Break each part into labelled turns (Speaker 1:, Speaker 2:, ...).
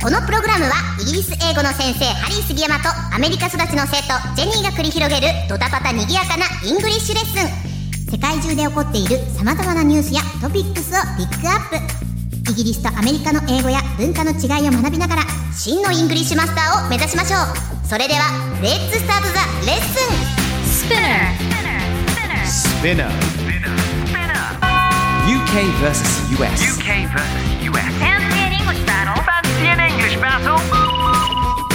Speaker 1: このプログラムはイギリス英語の先生ハリー杉山とアメリカ育ちの生徒ジェニーが繰り広げるドタパタにぎやかなイングリッシュレッスン世界中で起こっている様々なニュースやトピックスをピックアップイギリスとアメリカの英語や文化の違いを学びながら真のイングリッシュマスターを目指しましょうそれではレッツスタートザレッスン
Speaker 2: Spinner. UK versus US.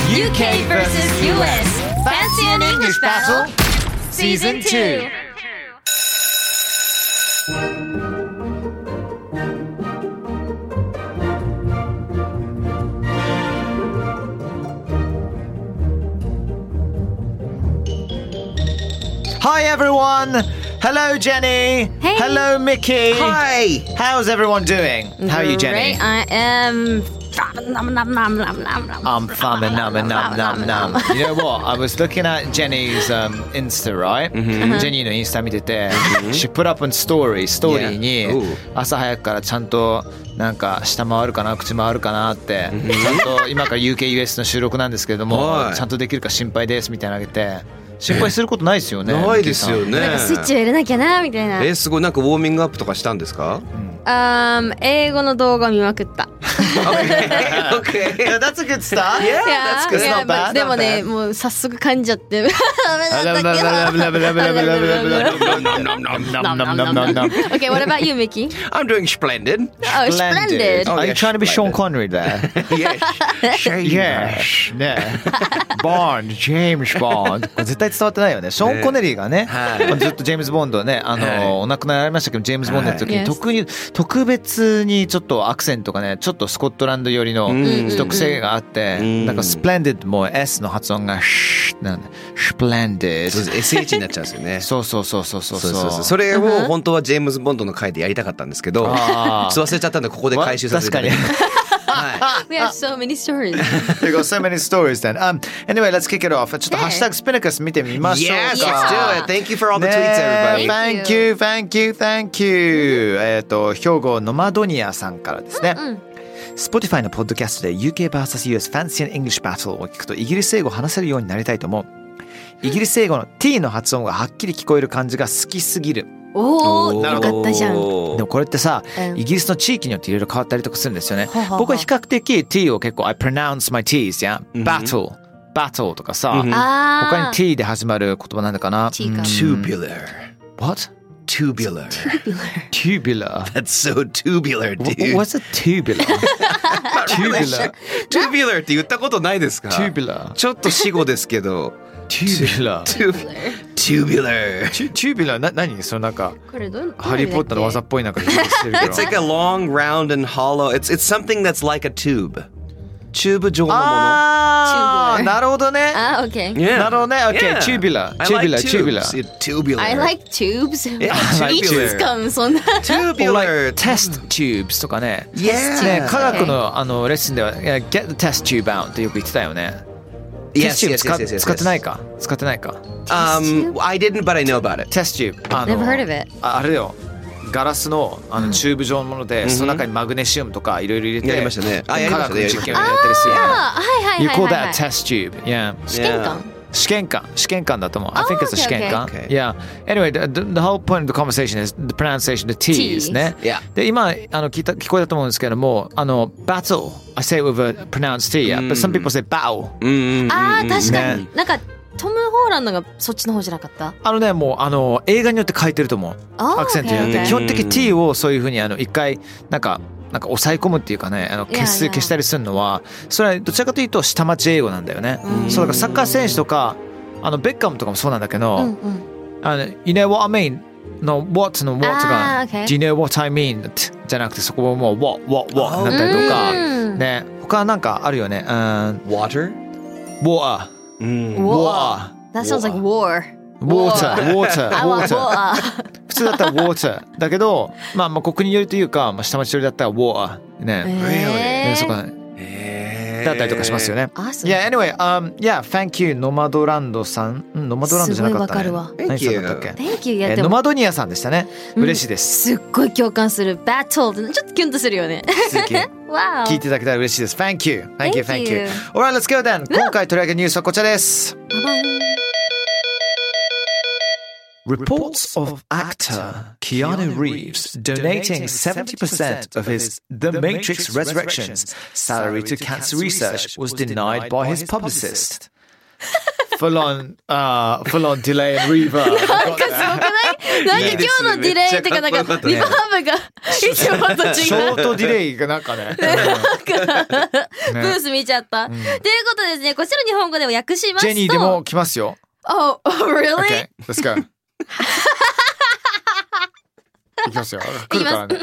Speaker 3: UK versus US. Fancy an English battle. Fancy an English battle.
Speaker 2: UK versus US.
Speaker 4: Fancy an English battle?
Speaker 2: Season 2.
Speaker 5: Hi everyone. Hello Jenny.
Speaker 4: Hey.
Speaker 5: Hello Mickey.
Speaker 2: Hi.
Speaker 5: How's everyone doing? How are you, Jenny?
Speaker 4: Great, I am. Nom, nom, nom, nom, nom, nom.
Speaker 5: I'm fine and numb and numb numb numb. You know what? I was looking at Jenny's um, Insta, right? Jenny のインスタ見てて、she put up on story, ストーリー
Speaker 2: Yeah.
Speaker 5: に
Speaker 2: Ooh.
Speaker 5: 朝早くからちゃんとなんか下回るかな、口回るかなって、ちゃんと今から UKUS の収録なんですけれども
Speaker 2: は、い
Speaker 5: ちゃんとできるか心配ですみたいなのあげて、心配することないですよね。
Speaker 2: ないですよ
Speaker 5: Mickey
Speaker 2: ね。
Speaker 4: スイッチを入れなきゃなみたいな。
Speaker 2: えすごいなんかウォーミングアップとかしたんですか
Speaker 4: あー英語の動画見まくった。
Speaker 5: さん。Yeah, that's a good start. Yeah,
Speaker 4: いや
Speaker 5: that's good.
Speaker 4: いや
Speaker 5: Not bad.
Speaker 4: でも
Speaker 5: not bad.
Speaker 4: ね、もう早速噛んじゃって。ダメだったけど Okay, what about you, Mickey?
Speaker 3: I'm doing splendid.
Speaker 4: Oh, splendid.
Speaker 5: Are you
Speaker 2: yes,
Speaker 5: trying to be Sean
Speaker 2: splendid.
Speaker 5: Connery there?
Speaker 3: yes. Shame.
Speaker 5: yeah. Bond, James Bond. これ絶対伝わってないよね。ショーン・コネリーがね、ずっとジェームズ・ボンドね、あの、
Speaker 3: はい
Speaker 5: お亡くなりになりましたけど、ジェームズ・ボンドの時に、
Speaker 4: はい
Speaker 5: 特に、特別にちょっとアクセントがね、ちょっとスコットランド寄りの、
Speaker 2: ん
Speaker 5: ちょっと癖があって、
Speaker 2: ん
Speaker 5: なんか、スプレンデッドも S の発音が、シュッなんだ。スプレンデ
Speaker 2: そう
Speaker 5: ッ
Speaker 2: です SH になっちゃうんですよね。
Speaker 5: ド。そうそうそうそうそう。
Speaker 2: そうそうそうそれを本当はジェームズ・ボンドの回でやりたかったんですけどちょっ
Speaker 5: あー
Speaker 2: と忘れちゃったんでここで回収させていただきます はい
Speaker 4: We have so many stories.
Speaker 5: There go so many stories then. Um, anyway, let's kick it off. ちょっとハッシュタグスピナカス見てみましょ
Speaker 2: Yes,
Speaker 5: う
Speaker 2: let's
Speaker 5: か。
Speaker 2: do it. Thank you for all the tweets,
Speaker 5: ねえ
Speaker 2: everybody.
Speaker 4: Thank
Speaker 5: Thank you, thank you, thank you. えっと、兵庫ノマドニアさんからですね。Spotify のポッドキャストで UKVSUS Fancy and English Battle を聞くとイギリス英語を話せるようになりたいと思う。イギリス英語の T の発音がはっきり聞こえる感じが好きすぎる。
Speaker 4: お
Speaker 2: お
Speaker 4: お、
Speaker 2: ー
Speaker 4: よかったじゃん。
Speaker 5: でもこれってさ、
Speaker 4: うん
Speaker 5: イギリスの地域によっていろいろ変わったりとかするんですよね
Speaker 4: ほうほうほ。う
Speaker 5: 僕は比較的 T を結構 I pronounce my T's や、
Speaker 2: うん
Speaker 5: battle、battle とかさ、
Speaker 2: うん
Speaker 4: あ
Speaker 5: 他
Speaker 4: あ。
Speaker 5: に T で始まる言葉なんだかな
Speaker 4: T か
Speaker 2: Tubular.
Speaker 5: What?
Speaker 2: Tubular.
Speaker 5: Tubular.
Speaker 2: That's so tubular,
Speaker 5: Wha-
Speaker 2: dude.
Speaker 5: What's a tubular? tubular.
Speaker 2: tubular って言ったことないですか
Speaker 5: Tubular.
Speaker 2: ちょっと死語ですけど
Speaker 5: Tubular.
Speaker 2: Tubular. Tubular.
Speaker 5: Tu- Tubular な何そのなんか
Speaker 4: これどう
Speaker 5: ハリー・ポッターの技っぽいなんか出てきてるけど
Speaker 2: It's。like a long, round, and hollow. It's it's something that's like a tube. チューブ状のも
Speaker 4: Ah.
Speaker 2: の。
Speaker 5: あー
Speaker 4: Tubular
Speaker 5: なるほどね。
Speaker 4: あ、OK。
Speaker 2: Yeah.
Speaker 5: なるほどね。
Speaker 2: Yeah.
Speaker 5: OK、tubular。
Speaker 2: I
Speaker 5: tubular、
Speaker 2: like
Speaker 5: tubular
Speaker 2: tubes.。Yeah, Tubular.
Speaker 4: I like tubes.
Speaker 2: Yeah, I
Speaker 4: い
Speaker 2: like
Speaker 4: つ
Speaker 2: tubular.
Speaker 4: 使うそんな。
Speaker 5: Or like
Speaker 2: Tubular.
Speaker 5: test tubes とかね。ね
Speaker 2: Yeah.
Speaker 5: 科学のあのレッスンでは、いや get the test tube out ってよく言ってたよね。
Speaker 2: Yes,
Speaker 5: テ
Speaker 2: yes,
Speaker 5: ストチュー
Speaker 2: yes,
Speaker 5: ブ
Speaker 2: yes,
Speaker 5: 使
Speaker 2: yes,
Speaker 5: 使ってない
Speaker 2: yes.
Speaker 5: か使ってないか。
Speaker 2: Um, I didn't, but I know about it.
Speaker 5: テストチューブ。あの
Speaker 4: Never heard of it.
Speaker 5: ああれよ。ガラスのあのチューブ状のもので、その中にマグネシウムとかいろいろ入れて、
Speaker 2: やりましたね
Speaker 5: 科
Speaker 2: あやりました
Speaker 5: 学
Speaker 2: ね
Speaker 5: の実験をやったりする。
Speaker 4: あ、はいはい
Speaker 5: You
Speaker 4: はい
Speaker 5: call
Speaker 4: はいは
Speaker 5: that
Speaker 4: い。
Speaker 5: test tube. Yeah.
Speaker 4: 試験官。
Speaker 5: 試験官試験官だと思う。I
Speaker 4: Oh,
Speaker 5: think it's a
Speaker 4: okay,
Speaker 5: 試験官。
Speaker 2: okay.
Speaker 5: Yeah. Anyway, the, the the whole point of the conversation is the pronunciation, the T ですね。
Speaker 2: Yeah.
Speaker 5: で、今あの聞いた聞こえたと思うんですけども、あの、battle, I say it with a pronounced T, yeah? but some people say battle.
Speaker 2: うんうん
Speaker 4: ああ、確か
Speaker 5: ね
Speaker 4: に。なんか、トム・ホーランドがそっちの方じゃなかった
Speaker 5: あのね、もうあの映画によって変えてると思う。
Speaker 4: あー
Speaker 5: アクセントによっ
Speaker 4: okay,
Speaker 5: て
Speaker 4: okay.
Speaker 5: 基本的 T をそういうふうにあの一回なんか。なんか抑え込むっていうかねあの
Speaker 4: Yeah,
Speaker 5: 消す
Speaker 4: yeah.
Speaker 5: 消したりするのはそれはどちらかというと下町英語なんだよね。そうだからサッカー選手とかあのベッカムとかもそうなんだけど、
Speaker 4: うんうん。
Speaker 5: あの You know what I mean? の What の What が
Speaker 4: あー okay.
Speaker 5: Do you know what I mean? じゃなくてそこはもう What What What になったりとか、
Speaker 4: うん
Speaker 5: ね他なんかあるよねうん
Speaker 2: Water?
Speaker 5: Water
Speaker 2: Mm.
Speaker 4: War. That sounds like war.
Speaker 5: water water
Speaker 4: I want
Speaker 5: water
Speaker 4: war.
Speaker 5: 普通だったら water だけどまあまあ国によりというか、まあ、下町寄りだったら war ね、
Speaker 4: え
Speaker 5: ね
Speaker 4: ー
Speaker 5: そこだったりとかしますよね
Speaker 4: Awesome.
Speaker 5: いや、anyway, um, yeah, thank you, ノマドランドさん。うんノマドランドじゃなかった、ね。
Speaker 4: すごいわか
Speaker 2: るわ
Speaker 5: 何さんだったっけ
Speaker 4: Thank you. い
Speaker 5: え
Speaker 4: や
Speaker 5: ー
Speaker 4: で
Speaker 5: ノ
Speaker 4: も
Speaker 5: マドニアさんでしたね。
Speaker 4: うん
Speaker 5: 嬉しいです。
Speaker 4: すっごい共感する。Battle ってちょっとキュンとするよね。
Speaker 5: 続き
Speaker 4: wow.
Speaker 5: 聞いていただけたら嬉しいです。Thank you, thank you,
Speaker 4: Thank
Speaker 5: thank
Speaker 4: you.
Speaker 5: you. Alright, let's go then. 今回取り上げるニュースはこちらです。Reports of actor Keanu Reeves donating 70% of his The Matrix Resurrections salary to cancer research was denied by his publicist. Full on, uh, full on delay and reverb.
Speaker 4: なんかすごくないなんで今日のディレイってかなんか
Speaker 2: いいですねめっちゃかっこよかった
Speaker 4: リバーブ
Speaker 2: ね
Speaker 4: がいつもと
Speaker 5: ショ
Speaker 4: 違う。
Speaker 5: ー トディレイがなんかね。
Speaker 4: ブ
Speaker 5: ね
Speaker 4: ース見ちゃった。ということですね、こちら日本語でも訳します
Speaker 5: ジ
Speaker 4: と。
Speaker 5: ェニーでも来ますよ。
Speaker 4: Oh, oh, really?
Speaker 5: Okay, let's go. いきますよ。来るからね。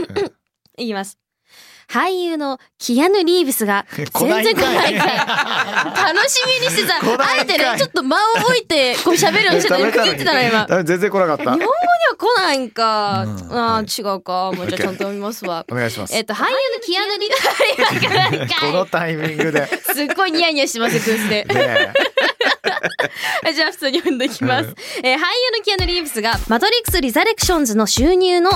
Speaker 4: 言います。俳優のキアヌ・リーブ スが
Speaker 5: 来な
Speaker 4: 全
Speaker 5: いん
Speaker 4: 然来
Speaker 5: か
Speaker 4: ないいから楽しみにしてた。
Speaker 5: 来
Speaker 4: あ
Speaker 5: ない
Speaker 4: え
Speaker 5: んか
Speaker 4: て
Speaker 5: い
Speaker 4: ね、ちょっと間を置いてこう喋るのし てた。よく 切ってたな、今。
Speaker 5: ダメ全然来なかっ
Speaker 4: 日本語に
Speaker 5: た。
Speaker 4: は来ないんか。
Speaker 5: うん
Speaker 4: ああ、
Speaker 5: はい
Speaker 4: 違うか。もうじゃあちゃんと読みますわ。
Speaker 5: お願いします
Speaker 4: えっ。と、俳優のキアヌ・リーブス今から
Speaker 5: このタイミングで。
Speaker 4: すっごいニヤニヤしてますよ、ブースで。
Speaker 5: ね
Speaker 4: じゃあ普通に読んでいきます。えー俳優のキアヌ・リーブスが、マトリックス・リザレクションズの収入の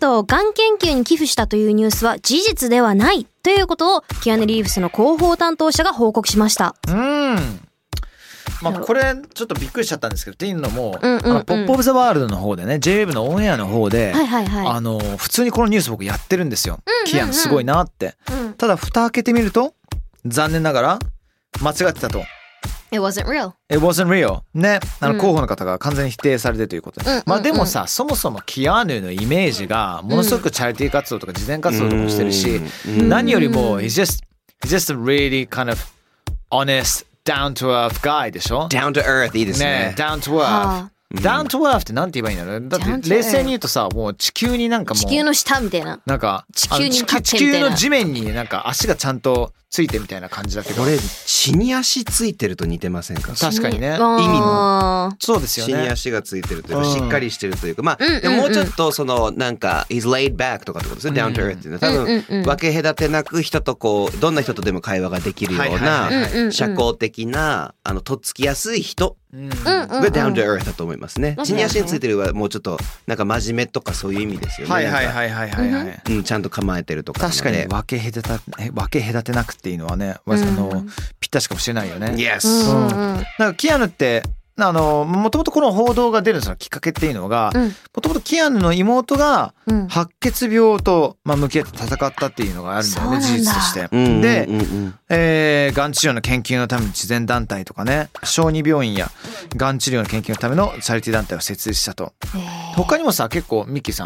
Speaker 4: 70%をがん研究に寄付したというニュースは事実ではないということを、キアヌ・リーブスの広報担当者が報告しました。
Speaker 5: えうん。まあ、これちょっとびっくりしちゃったんですけどっていうのも、
Speaker 4: うんうんうん
Speaker 5: あのポップ・オブ・ザ・ワールドの方でね j w e のオンエアの方で、
Speaker 4: はいはいは
Speaker 5: あの普通にこのニュース僕やってるんですよ、キアヌすごいなって、
Speaker 4: い。うん。
Speaker 5: ただ蓋開けてみると残念ながら間違ってたと
Speaker 4: It wasn't real.
Speaker 5: It wasn't real ねあ
Speaker 4: うん
Speaker 5: の候補の方が完全に否定されてるということで、
Speaker 4: うんうん
Speaker 5: まあ
Speaker 4: うん
Speaker 5: でもさそもそもキアヌのイメージがものすごくチャリティー活動とか慈善活動とかもしてるし、
Speaker 4: ん
Speaker 5: 何より
Speaker 4: う
Speaker 5: も
Speaker 4: ん
Speaker 5: he's just he's just a really kind of honest down to earth guy でしょ
Speaker 2: Down to earth, いいです
Speaker 5: ね
Speaker 2: ね。
Speaker 5: down to earth
Speaker 4: あ
Speaker 2: うん
Speaker 5: down to earth ってなんて言えばいいんだろうだ
Speaker 4: down
Speaker 5: っ
Speaker 4: to
Speaker 5: て冷静に言うとさもう地球になんか
Speaker 4: あ
Speaker 5: もう
Speaker 4: 地球の下みたいな。
Speaker 5: なんか
Speaker 4: 地
Speaker 5: あの
Speaker 4: 球に立って
Speaker 5: 地
Speaker 4: みたい
Speaker 5: 球
Speaker 4: な
Speaker 5: の地面になんか足がちゃんとついてみたいな感じだけど
Speaker 2: これ、血に足ついてると似てませんか
Speaker 5: 確かにね
Speaker 4: うん
Speaker 2: 意味
Speaker 5: そうですよ
Speaker 2: 血に
Speaker 5: ね
Speaker 2: 足がついてるというか、
Speaker 5: うん
Speaker 2: しっかりしてるというか、まあ、
Speaker 4: うんうんうん
Speaker 2: でももうちょっとその、なんか、he's laid back とかってことですね、
Speaker 5: う
Speaker 2: down
Speaker 5: ん
Speaker 2: to earth っていうのは、多分、
Speaker 4: うんうんうん
Speaker 2: 分け隔てなく人とこう、どんな人とでも会話ができるよ
Speaker 5: は
Speaker 2: う
Speaker 5: いはいはい
Speaker 2: な、
Speaker 4: うんうんうん
Speaker 2: 社交的な、あの、とっつきやすい人
Speaker 5: うん
Speaker 4: うんうん
Speaker 2: が
Speaker 4: うん
Speaker 2: down to earth だと思いますね
Speaker 4: う。ん
Speaker 2: 血に足についてるはもうちょっと、なんか真面目とかそういう意味ですよね。
Speaker 5: はいはい
Speaker 2: なんか
Speaker 5: はいはいはいはい。
Speaker 2: うん、ちゃんと構えてるとかなので。
Speaker 5: 確かに分け隔てえ分け隔てなくっていうのはね、まあそのぴったしかもしれないよね。
Speaker 2: Yes!
Speaker 4: う
Speaker 5: う
Speaker 4: んうん
Speaker 5: なんかキアヌってあのもともとこの報道が出るそのきっかけっていうのが
Speaker 4: うん
Speaker 5: もともとキアヌの妹が
Speaker 4: うん
Speaker 5: 白血病と、まあ、向き合って戦ったっていうのがあるんだよね
Speaker 4: そう
Speaker 5: 事
Speaker 4: なんだ
Speaker 5: 実として。
Speaker 2: うんうんうんうん
Speaker 5: で、えーがん治療の研究のための慈善団体とかね小児病院やがん治療の研究のためのチャリティー団体を設立したと他にもさ結構ミッキーさ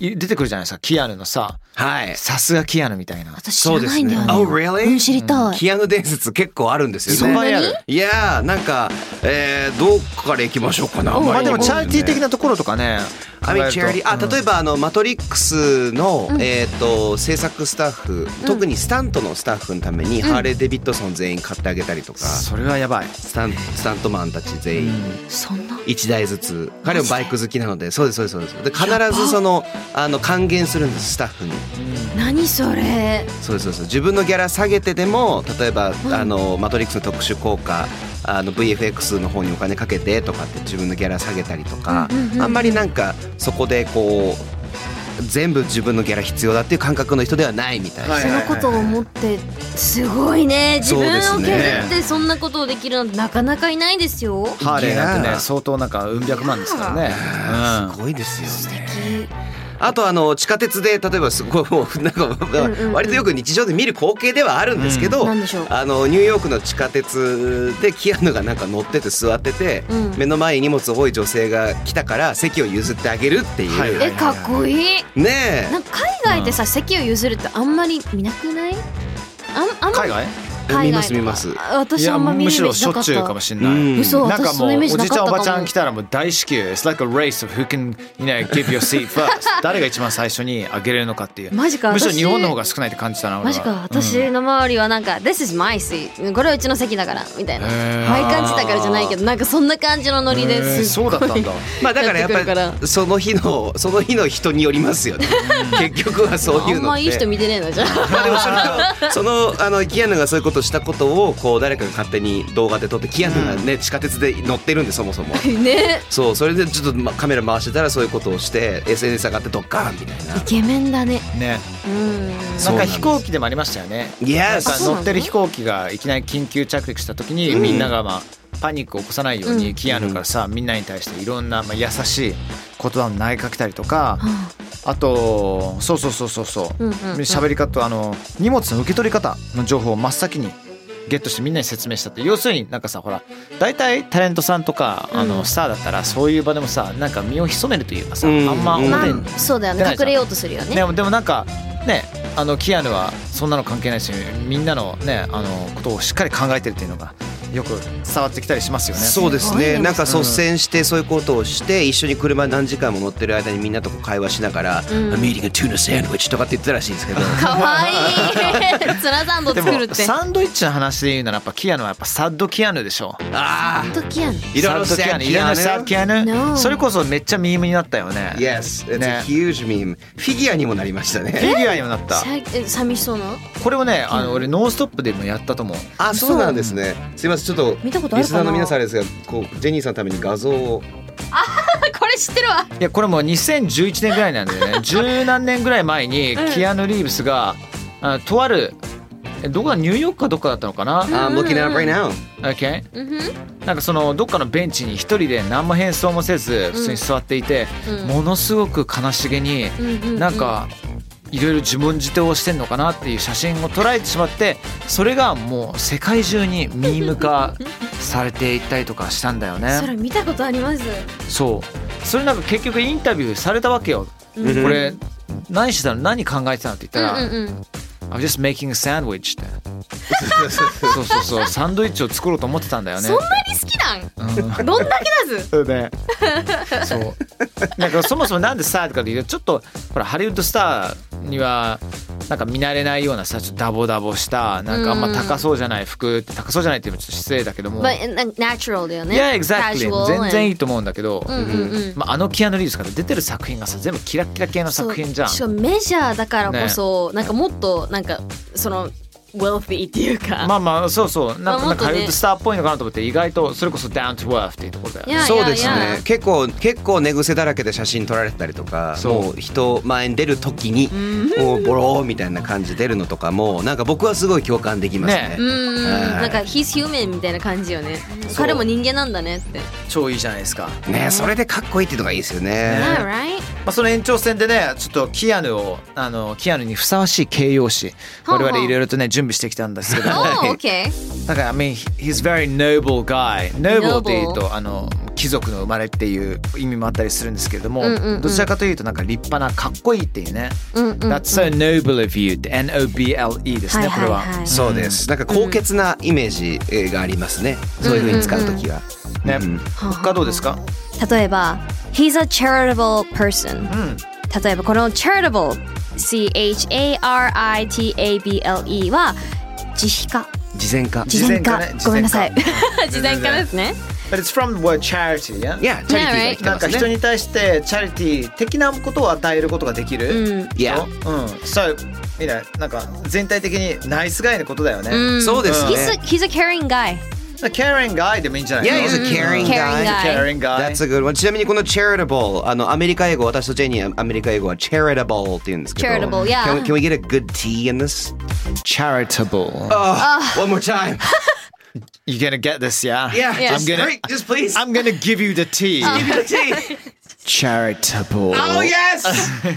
Speaker 5: んい出てくるじゃないですかキアヌのさ
Speaker 2: はい。
Speaker 5: さすがキアヌみたいな
Speaker 4: 私知らないんだよね。
Speaker 2: Oh,
Speaker 4: うん
Speaker 2: really?
Speaker 4: 知りたい。
Speaker 2: キアヌ伝説結構あるんですよね。
Speaker 5: いっぱいある
Speaker 2: いやーなんか、えー、どっから行きましょうかな。
Speaker 5: まあでも
Speaker 2: 前に
Speaker 5: チャリティー的なところとかね
Speaker 2: あ
Speaker 5: 考えると
Speaker 2: チャリあ
Speaker 5: うん
Speaker 2: 例えばあのマトリックスの、えっ、と制作スタッフ、特にスタントのスタッフのために、ハーレー・デビッドソン全員買ってあげたりとか、
Speaker 5: それはやばい
Speaker 2: スタンスタントマンたち全員
Speaker 4: そんな。
Speaker 2: 一台ずつ、彼もバイク好きなのでそうですそうですそうですで必ずそのあの還元するんですスタッフに
Speaker 4: 何それ。
Speaker 2: そうですそうです自分のギャラ下げてでも例えば、あのマトリックスの特殊効果あの VFX の方にお金かけてとかって自分のギャラ下げたりとか、あんまりなんかそこでこう全部自分のギャラ必要だっていう感覚の人ではないみたいな、
Speaker 5: はい
Speaker 4: そのことを思ってすごいね自
Speaker 2: そう
Speaker 4: 分
Speaker 2: です
Speaker 4: を
Speaker 2: ね
Speaker 4: 削ってそんなことをできるなんてなかなかいないですよ。
Speaker 5: ハーレーなんて
Speaker 2: い
Speaker 5: ね
Speaker 2: やー
Speaker 5: 相当なんかうん百万ですからねうん
Speaker 2: すごいですよね。あとあの地下鉄で例えばすごい もうなんか割とよく日常で見る光景ではあるんですけど、
Speaker 4: なんでしょう
Speaker 2: あのニューヨークの地下鉄でキアヌがなんか乗ってて座ってて、
Speaker 4: うん
Speaker 2: 目の前に荷物多い女性が来たから席を譲ってあげるっていう、
Speaker 5: はいはい
Speaker 4: えかっこいい。
Speaker 2: ねえ
Speaker 4: なんか海外でさ席を譲るってあんまり見なくない？あんあんま
Speaker 5: 海外
Speaker 4: 海外
Speaker 2: 見ます見ます
Speaker 4: あ
Speaker 5: い
Speaker 4: 私あ
Speaker 5: や
Speaker 4: んま見
Speaker 5: む
Speaker 4: るイ
Speaker 5: し
Speaker 4: メー
Speaker 5: ろ
Speaker 4: ジ
Speaker 5: しょ
Speaker 4: なか
Speaker 5: っ
Speaker 4: っ
Speaker 5: ちゅうか
Speaker 4: た
Speaker 5: もしれな
Speaker 2: う
Speaker 5: い。
Speaker 2: ん
Speaker 4: 嘘
Speaker 5: なんか
Speaker 4: 私そ
Speaker 5: も
Speaker 4: の
Speaker 5: う
Speaker 4: イメ
Speaker 5: お
Speaker 4: ージ
Speaker 5: じちゃんお
Speaker 4: なかったかも
Speaker 5: ばちゃん来たらもう大至急 It's like a race of who can you know, give your seat first 誰が一番最初にあげれるのかっていう
Speaker 4: マジか
Speaker 5: むしろ
Speaker 4: 私
Speaker 5: 日本の方が少ないって感じたな俺は
Speaker 4: マジか私の周りはなんか「This is my seat」これはうちの席だからみたいな
Speaker 5: へー
Speaker 4: 毎感じだからじゃないけどなんかそんな感じのノリ
Speaker 5: へ
Speaker 4: で
Speaker 5: ー
Speaker 4: すっ
Speaker 5: そ
Speaker 4: ごい
Speaker 5: うだったんだ
Speaker 2: まあだからやっ
Speaker 4: やってくるか
Speaker 2: ぱりその日のその日の人によりますよね。結局はそうい
Speaker 4: あ
Speaker 2: うんのっ
Speaker 4: ま
Speaker 2: て。
Speaker 4: いい人見てねえなじゃ あ
Speaker 2: まあでもそれをそのあのキアヌがそういうことをしたことをこう誰かが勝手に動画で撮ってキアヌがね、地下鉄で乗ってるんでそも そも。
Speaker 4: ね
Speaker 2: そうそれでちょっと、ま、カメラ回してたらそういうことをして SNS 上がってドッカーンみたいな
Speaker 4: イ。ケメンだね
Speaker 5: ね
Speaker 4: うん
Speaker 5: な
Speaker 2: そうんな
Speaker 5: か
Speaker 2: んです
Speaker 5: 飛行機でもありましたよねなん
Speaker 2: Yes
Speaker 5: か
Speaker 4: うなの
Speaker 5: 乗ってる飛行機がいきなり緊急着陸した時に
Speaker 2: うん
Speaker 5: みんながまあパニックを起こさないよう
Speaker 4: う
Speaker 5: に
Speaker 4: ん
Speaker 5: キアヌからさみんなに対していろんなまあ優しい言葉を投げかけたりとかあとそうそうそうそうそう
Speaker 4: うんうんうん
Speaker 5: 喋り方あの荷物の受け取り方の情報を真っ先にゲットしてみんなに説明したって要するになんかさほら大体タレントさんとかあ
Speaker 4: うん
Speaker 5: のスターだったらそういう場でもさなんか身を潜めるというかさあ
Speaker 2: うん
Speaker 5: んま表
Speaker 4: ま
Speaker 5: に
Speaker 4: あそうだよね
Speaker 5: 出ないじゃん
Speaker 4: 隠れようとするよね
Speaker 5: ね、でもなんかねあのキアヌはそんなの関係ないしみんなのねあのことをしっかり考えてるっていうのがよく伝わってきたりしますよね。
Speaker 2: そうですす
Speaker 4: ごいね
Speaker 2: ねなんか率先してそういうことをして、一緒に車何時間も乗ってる間にみんなとこう会話しながら
Speaker 4: ん
Speaker 2: 「I'm eating a tuna sandwich」とかって言ってたらしいんですけど
Speaker 4: かわいい ツナサンド
Speaker 5: で
Speaker 4: 作るっ
Speaker 5: も
Speaker 4: て
Speaker 5: サンドイッチの話で言うならやっぱキアヌはやっぱサッドキアヌでしょ。
Speaker 2: ああ
Speaker 4: 時やん
Speaker 2: いろいろ
Speaker 5: サッドキアヌいろいろサッドキアヌ
Speaker 4: No
Speaker 5: それこそめっちゃミームになったよね。
Speaker 2: Yes, it's
Speaker 5: ね
Speaker 2: a huge meme. フィギュアにもなりました
Speaker 5: フ
Speaker 2: ね。
Speaker 5: ィギュアにもなった。
Speaker 4: 寂しそうな
Speaker 5: これをねあの俺ノンストップでもやったと思う。
Speaker 2: あ、そうなんですね。すいません、ちょっと
Speaker 4: 見たことあるかな
Speaker 2: リスナーの皆さんあれですが、こうジェニーさんのために画像を。
Speaker 4: これ知ってるわ
Speaker 5: いやこれもう2011年ぐらいなんだよね 十何年ぐらい前にキアヌ・リーブスが、あとあるえどこかニューヨークかどっかだったのかな、
Speaker 2: I'm looking at it right now.
Speaker 5: OK なんかそのどっかのベンチに一人で何も変装もせず普通に座っていて、ものすごく悲しげに、なんかいろいろ自問自答をしてんのかなっていう写真を捉えてしまってそれがもう世界中にミーム化されていったりとかしたんだよね。
Speaker 4: それ見たことあります
Speaker 5: そうそれなんか結局インタビューされたわけよ、
Speaker 2: うん
Speaker 5: これ何してたの何考えてたのって言ったら「
Speaker 4: うんうんうん、
Speaker 5: I'm just making a sandwich」ってそうそうそうサンドイッチを作ろうと思ってたんだよね
Speaker 4: そんなに好きなんどんだけだず
Speaker 5: そうねそうなんかそもそもなんでさとかで言うとちょっとほらハリウッドスターにはなんか見慣れないようなさちょっとダボダボしたなんかあんま高そうじゃない服高そうじゃないっていうのもちょっと失礼だけども、
Speaker 4: まあ、ナチュラルだよね。
Speaker 5: いや exactly
Speaker 4: Casual
Speaker 5: 全然い
Speaker 4: and-
Speaker 5: いと思うんだけど、
Speaker 4: うんうんうん。
Speaker 5: まあ、あのキアヌ・リーブスから出てる作品がさ全部キラッキラ系の作品じゃん
Speaker 4: そうしかもメジャーだからこそ、なんかもっとなんかその wealthy っていうか。
Speaker 5: まあまあそうそうなん
Speaker 4: まあ
Speaker 5: か
Speaker 4: も
Speaker 5: な
Speaker 4: っ
Speaker 5: ん
Speaker 4: と
Speaker 5: かハ
Speaker 4: ね
Speaker 5: リウッドスターっぽいのかなと思って意外とそれこそダウン・トゥ・ワーフっていうところだよね
Speaker 4: いや
Speaker 2: そうです
Speaker 4: いやい
Speaker 2: ね
Speaker 4: や。
Speaker 2: 結構結構寝癖だらけで写真撮られてたりとか、
Speaker 5: そう
Speaker 2: もう人前に出る時にもうボローみたいな感じ出るのとかもなんか僕はすごい共感できますね
Speaker 5: ね。
Speaker 4: うん、
Speaker 2: は
Speaker 4: なん
Speaker 2: い
Speaker 4: か he's human みたいな感じよね。
Speaker 5: そう
Speaker 4: 彼も人間なんだねって。
Speaker 5: 超いいじゃないですか、ま
Speaker 2: ね、それでかっこいいっていうのがいいですよね。
Speaker 4: Yeah, right?
Speaker 5: あ、その延長戦でねちょっとキアヌをあのキアヌにふさわしい形容詞
Speaker 4: ほうほ
Speaker 5: 我
Speaker 4: う
Speaker 5: 々いろいろとね準備してきたんですけども
Speaker 4: Oh, okay.
Speaker 5: なんか I mean he's very noble guy noble
Speaker 4: Noble
Speaker 5: っていうとあの貴族の生まれっていう意味もあったりするんですけれども、
Speaker 4: うんうんうん
Speaker 5: どちらかというとなんか立派なかっこいいっていうね
Speaker 4: うんうん、うん。
Speaker 5: That's so noble of you って N-O-B-L-E ですね、
Speaker 4: はいはいはい
Speaker 5: これは。
Speaker 2: そうです。なんか高潔なイメージえーがありますね。そういう風に使うときは。
Speaker 5: ね、
Speaker 2: うん
Speaker 5: 他どうですか
Speaker 4: 例えば he's a charitable person、例えばこの charitable C-H-A-R-I-T-A-B-L-E は慈悲 家
Speaker 2: 慈善家。
Speaker 4: 慈
Speaker 5: 慈善
Speaker 4: 善家
Speaker 5: 家ね
Speaker 4: ごめんなさい慈
Speaker 5: 慈
Speaker 4: 善
Speaker 5: 善家
Speaker 4: 家ですね
Speaker 5: But it's from the word charity, yeah?
Speaker 2: いや、チャリティーが来て
Speaker 5: なん
Speaker 2: ま
Speaker 5: か
Speaker 2: す
Speaker 5: 人
Speaker 2: ね。
Speaker 5: に対してチャリティー的なことを与えることができる。
Speaker 4: うん
Speaker 2: いや
Speaker 5: うん。、そう、みんな、なんか全体的にナイスガイのことだよね。
Speaker 4: うん
Speaker 2: そうですね
Speaker 4: he's a, he's a caring guy
Speaker 5: ケアリンガイでもいいんじゃない
Speaker 2: Yeah, he's a
Speaker 4: caring
Speaker 2: caring
Speaker 4: guy.
Speaker 2: guy.
Speaker 5: ケアリンガイ。
Speaker 2: That's a good one. ちなみにこの charitable あのアメリカ英語私とジェニーアメリカ英語は charitable って言うんですけど
Speaker 4: Charitable, yeah.
Speaker 2: Can we, can we get a good tea in this?
Speaker 5: charitable.
Speaker 2: One more time.
Speaker 5: You're gonna get this, yeah?
Speaker 2: Yeah,
Speaker 4: Yeah.
Speaker 2: just
Speaker 5: I'm gonna-
Speaker 2: drink, just please.
Speaker 5: I'm gonna give you the tea.
Speaker 2: Give me the tea.
Speaker 5: charitable.
Speaker 2: Oh, yes!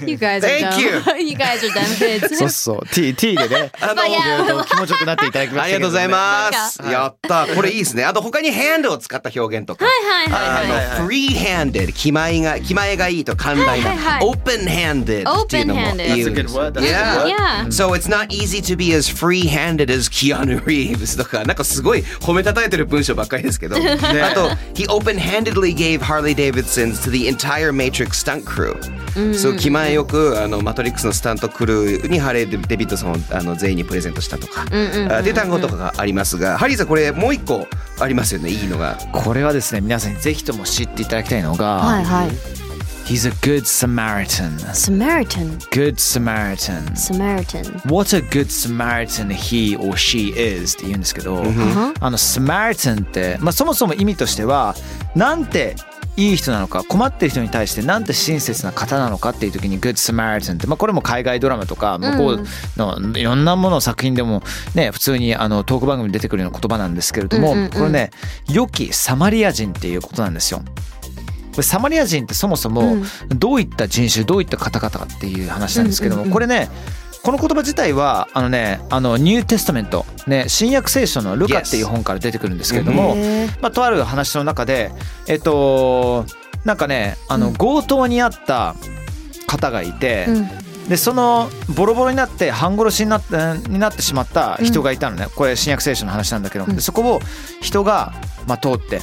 Speaker 4: You guys are dumb.
Speaker 2: Thank you.
Speaker 4: you guys are dumb kids.
Speaker 5: そうそう、T, T で ね、
Speaker 2: あの
Speaker 4: まあいや
Speaker 5: 色々と気持ちよくなっていただきま
Speaker 2: あ
Speaker 5: したけど、ね。
Speaker 2: りがとうございま
Speaker 4: なん
Speaker 2: す。やった。これいいですね。あと他にハンドを使った表現とか。
Speaker 4: はいはいはいはい。
Speaker 2: あの、フリーハンデで気前が、気前がいいと寛大
Speaker 4: はいはいはい
Speaker 2: な。オープンハンデっていうのも
Speaker 4: Open-handed
Speaker 2: 言う
Speaker 5: That's
Speaker 2: ん
Speaker 5: a
Speaker 2: で
Speaker 5: good
Speaker 2: す
Speaker 5: word. That's a good
Speaker 2: Yeah.
Speaker 5: word.
Speaker 4: Yeah.
Speaker 2: So it's not easy to be as free-handed as Keanu Reeves とか、なんかすごい褒めたたえてる文章ばっかりです けど。あと、he open-handedly gave Harley Davidson's to the entire Matrix stunt crew. そう、気前よく、あの、マトリックスのスタントクルーにハレー・デビッドソンをあの全員にプレゼントしたとか、あっていう単語とかがありますが、ハリーさん、これもう一個ありますよね、いいのが。
Speaker 5: これはですね、皆さんにぜひとも知っていただきたいのが、
Speaker 4: はいはい。
Speaker 5: He's a good Samaritan.
Speaker 4: Samaritan,
Speaker 5: Good Samaritan.
Speaker 4: Samaritan.
Speaker 5: What a good Samaritan he or she is って言うんですけど、あの Samaritan って、まあ、そもそも意味としてはなんていい人なのか困ってる人に対してなんて親切な方なのかっていう時に Good Samaritan って、まあ、これも海外ドラマとか向こうのいろんなものの作品でも、ね、普通にあのトーク番組に出てくるような言葉なんですけれども、これね良きサマリア人っていうことなんですよ。これサマリア人ってそもそもどういった人種どういった方々かっていう話なんですけどもこれねこの言葉自体はあのねあのニューテスタメント、ね、新約聖書の「ルカ」っていう本から出てくるんですけれども、まあ、とある話の中でえっとなんかねあの強盗にあった方がいて、でそのボロボロになって半殺しになってになってしまった人がいたのね、これ新約聖書の話なんだけど、でそこを人が、まあ、通って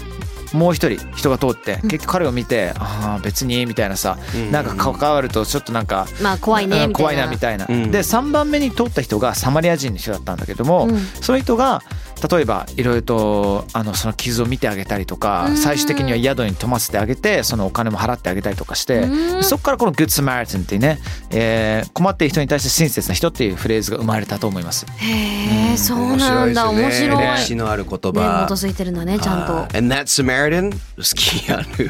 Speaker 5: もう一人人が通って結局彼を見て「ああ別に」みたいなさ、なんか関わるとちょっとなんか。
Speaker 4: まあ怖いね
Speaker 5: うん
Speaker 4: みたいな。
Speaker 5: 怖いなみたいな、
Speaker 2: うん
Speaker 5: で3番目に通った人がサマリア人の人だったんだけども、
Speaker 4: うん
Speaker 5: その人が例えばいろいろとあのその傷を見てあげたりとか、
Speaker 4: うん
Speaker 5: 最終的には宿に泊ませてあげてそのお金も払ってあげたりとかして、
Speaker 4: うん
Speaker 5: そこからこの「Good Samaritan」っていうね、えー困っている人に対して親切な人っていうフレーズが生まれたと思います。
Speaker 4: へえ、そうなんだ。面白い,、ね
Speaker 2: 歴史のある言葉。
Speaker 4: 基づいてるんだね、ちゃんと
Speaker 2: あ。ー And that Samaritan was Keanu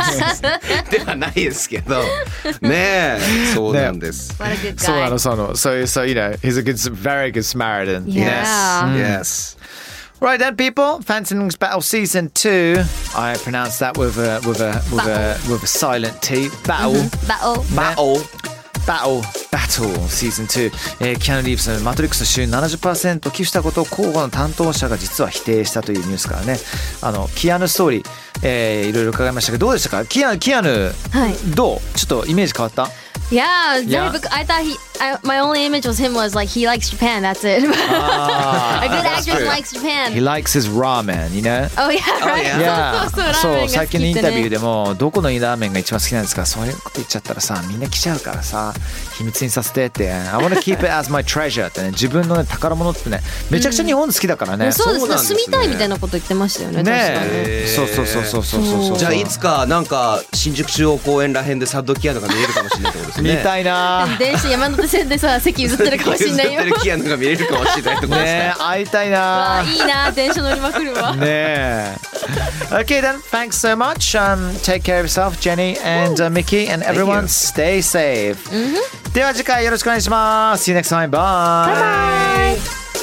Speaker 2: Reeves ではないですけどねえそうなんです、
Speaker 4: What a good guy.
Speaker 5: そうなの。So, so you know, he's a good, very good Samaritan.
Speaker 4: Yeah.
Speaker 2: Yes
Speaker 5: Right then, people. Phantom Wings Battle Season Two. I pronounce that with a with a with a with a silent T. Battle.
Speaker 4: バオ。
Speaker 5: Battle. Battle. Battle Season Two. えー、キャノリーブスのマトリックス週70%寄付したことを交互の担当者が実は否定したというニュースからね。あのキアヌストーリー、えー、いろいろ伺いましたけどどうでしたか。キアキアヌ、
Speaker 4: はい
Speaker 5: どう？ちょっとイメージ変わった？
Speaker 4: Yeah,
Speaker 5: Yeah.
Speaker 4: Zayvik- I thought he. I, my only image was him was like he likes Japan. That's it. a good actress likes
Speaker 5: He
Speaker 4: Japan.
Speaker 5: likes his ramen, you know.
Speaker 4: Oh yeah, right.
Speaker 2: yeah.
Speaker 5: いや
Speaker 4: そうそうそう
Speaker 5: そ
Speaker 4: ラ
Speaker 5: う
Speaker 4: ーメンが好きってね
Speaker 5: 最近のインタビューでもどこのラーメンが一番好きなんですかそういうこと言っちゃったらさみんな来ちゃうからさ秘密にさせてって「I wanna keep it as my treasure」ってね自分のね宝物ってねめちゃくちゃ日本好きだからね、
Speaker 4: そうで
Speaker 2: そう
Speaker 4: すね
Speaker 2: なんですね
Speaker 4: 住みたいみたいなこと言ってましたよね。
Speaker 5: ね
Speaker 2: へー
Speaker 5: そうそうそうそうそうそうそう
Speaker 2: じゃあいつかなんか新宿中央公園らへんでサッドキアヌが見えるかもしれないってことです
Speaker 5: 見
Speaker 2: ね
Speaker 5: たいな
Speaker 4: 確かに。電車山手線でさ席譲ってるかもしれない
Speaker 2: 譲っ
Speaker 4: よ
Speaker 2: て。るキアヌが見れるかもしれないってことですね
Speaker 5: ね会いたい
Speaker 4: わ
Speaker 5: な
Speaker 4: あいいな電車乗りまくるわ。
Speaker 5: ね okay then thanks so much um, take care of yourself Jenny and uh, Mickey and everyone
Speaker 2: Thank you. Mm-hmm.
Speaker 5: stay safe、では次回よろしくお願いします see you next time bye bye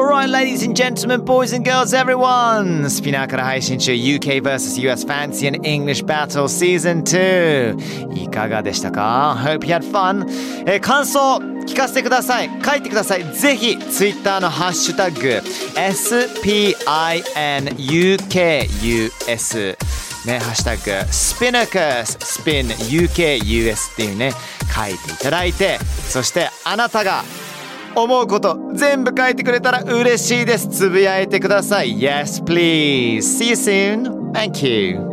Speaker 5: Alright, ladies and gentlemen, boys and girls, everyone! スピナーから配信中 UK vs.US Fancy and English Battle Season 2! いかがでしたか ?Hope you had fun! えー感想聞かせてください書いてくださいぜひ Twitter のハッシュタグ SPINUKUS ね、ハッシュタグスピナカススピン UKUS っていうね書いていただいてそしてあなたが思うこと全部書いてくれたら嬉しいですつぶやいてください Yes please See you soon Thank you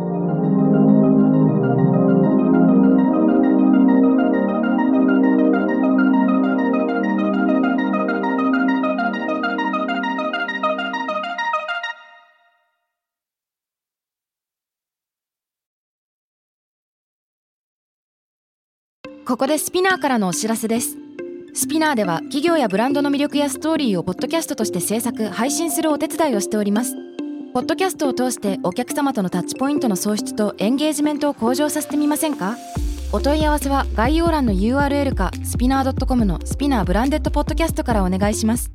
Speaker 6: Spotify ここでスピナーからのお知らせですスピナーでは企業やブランドの魅力やストーリーをポッドキャストとして制作配信するお手伝いをしておりますポッドキャストを通してお客様とのタッチポイントの創出とエンゲージメントを向上させてみませんかお問い合わせは概要欄の URL かスピナー .com のスピナーブランデッドポッドキャストからお願いします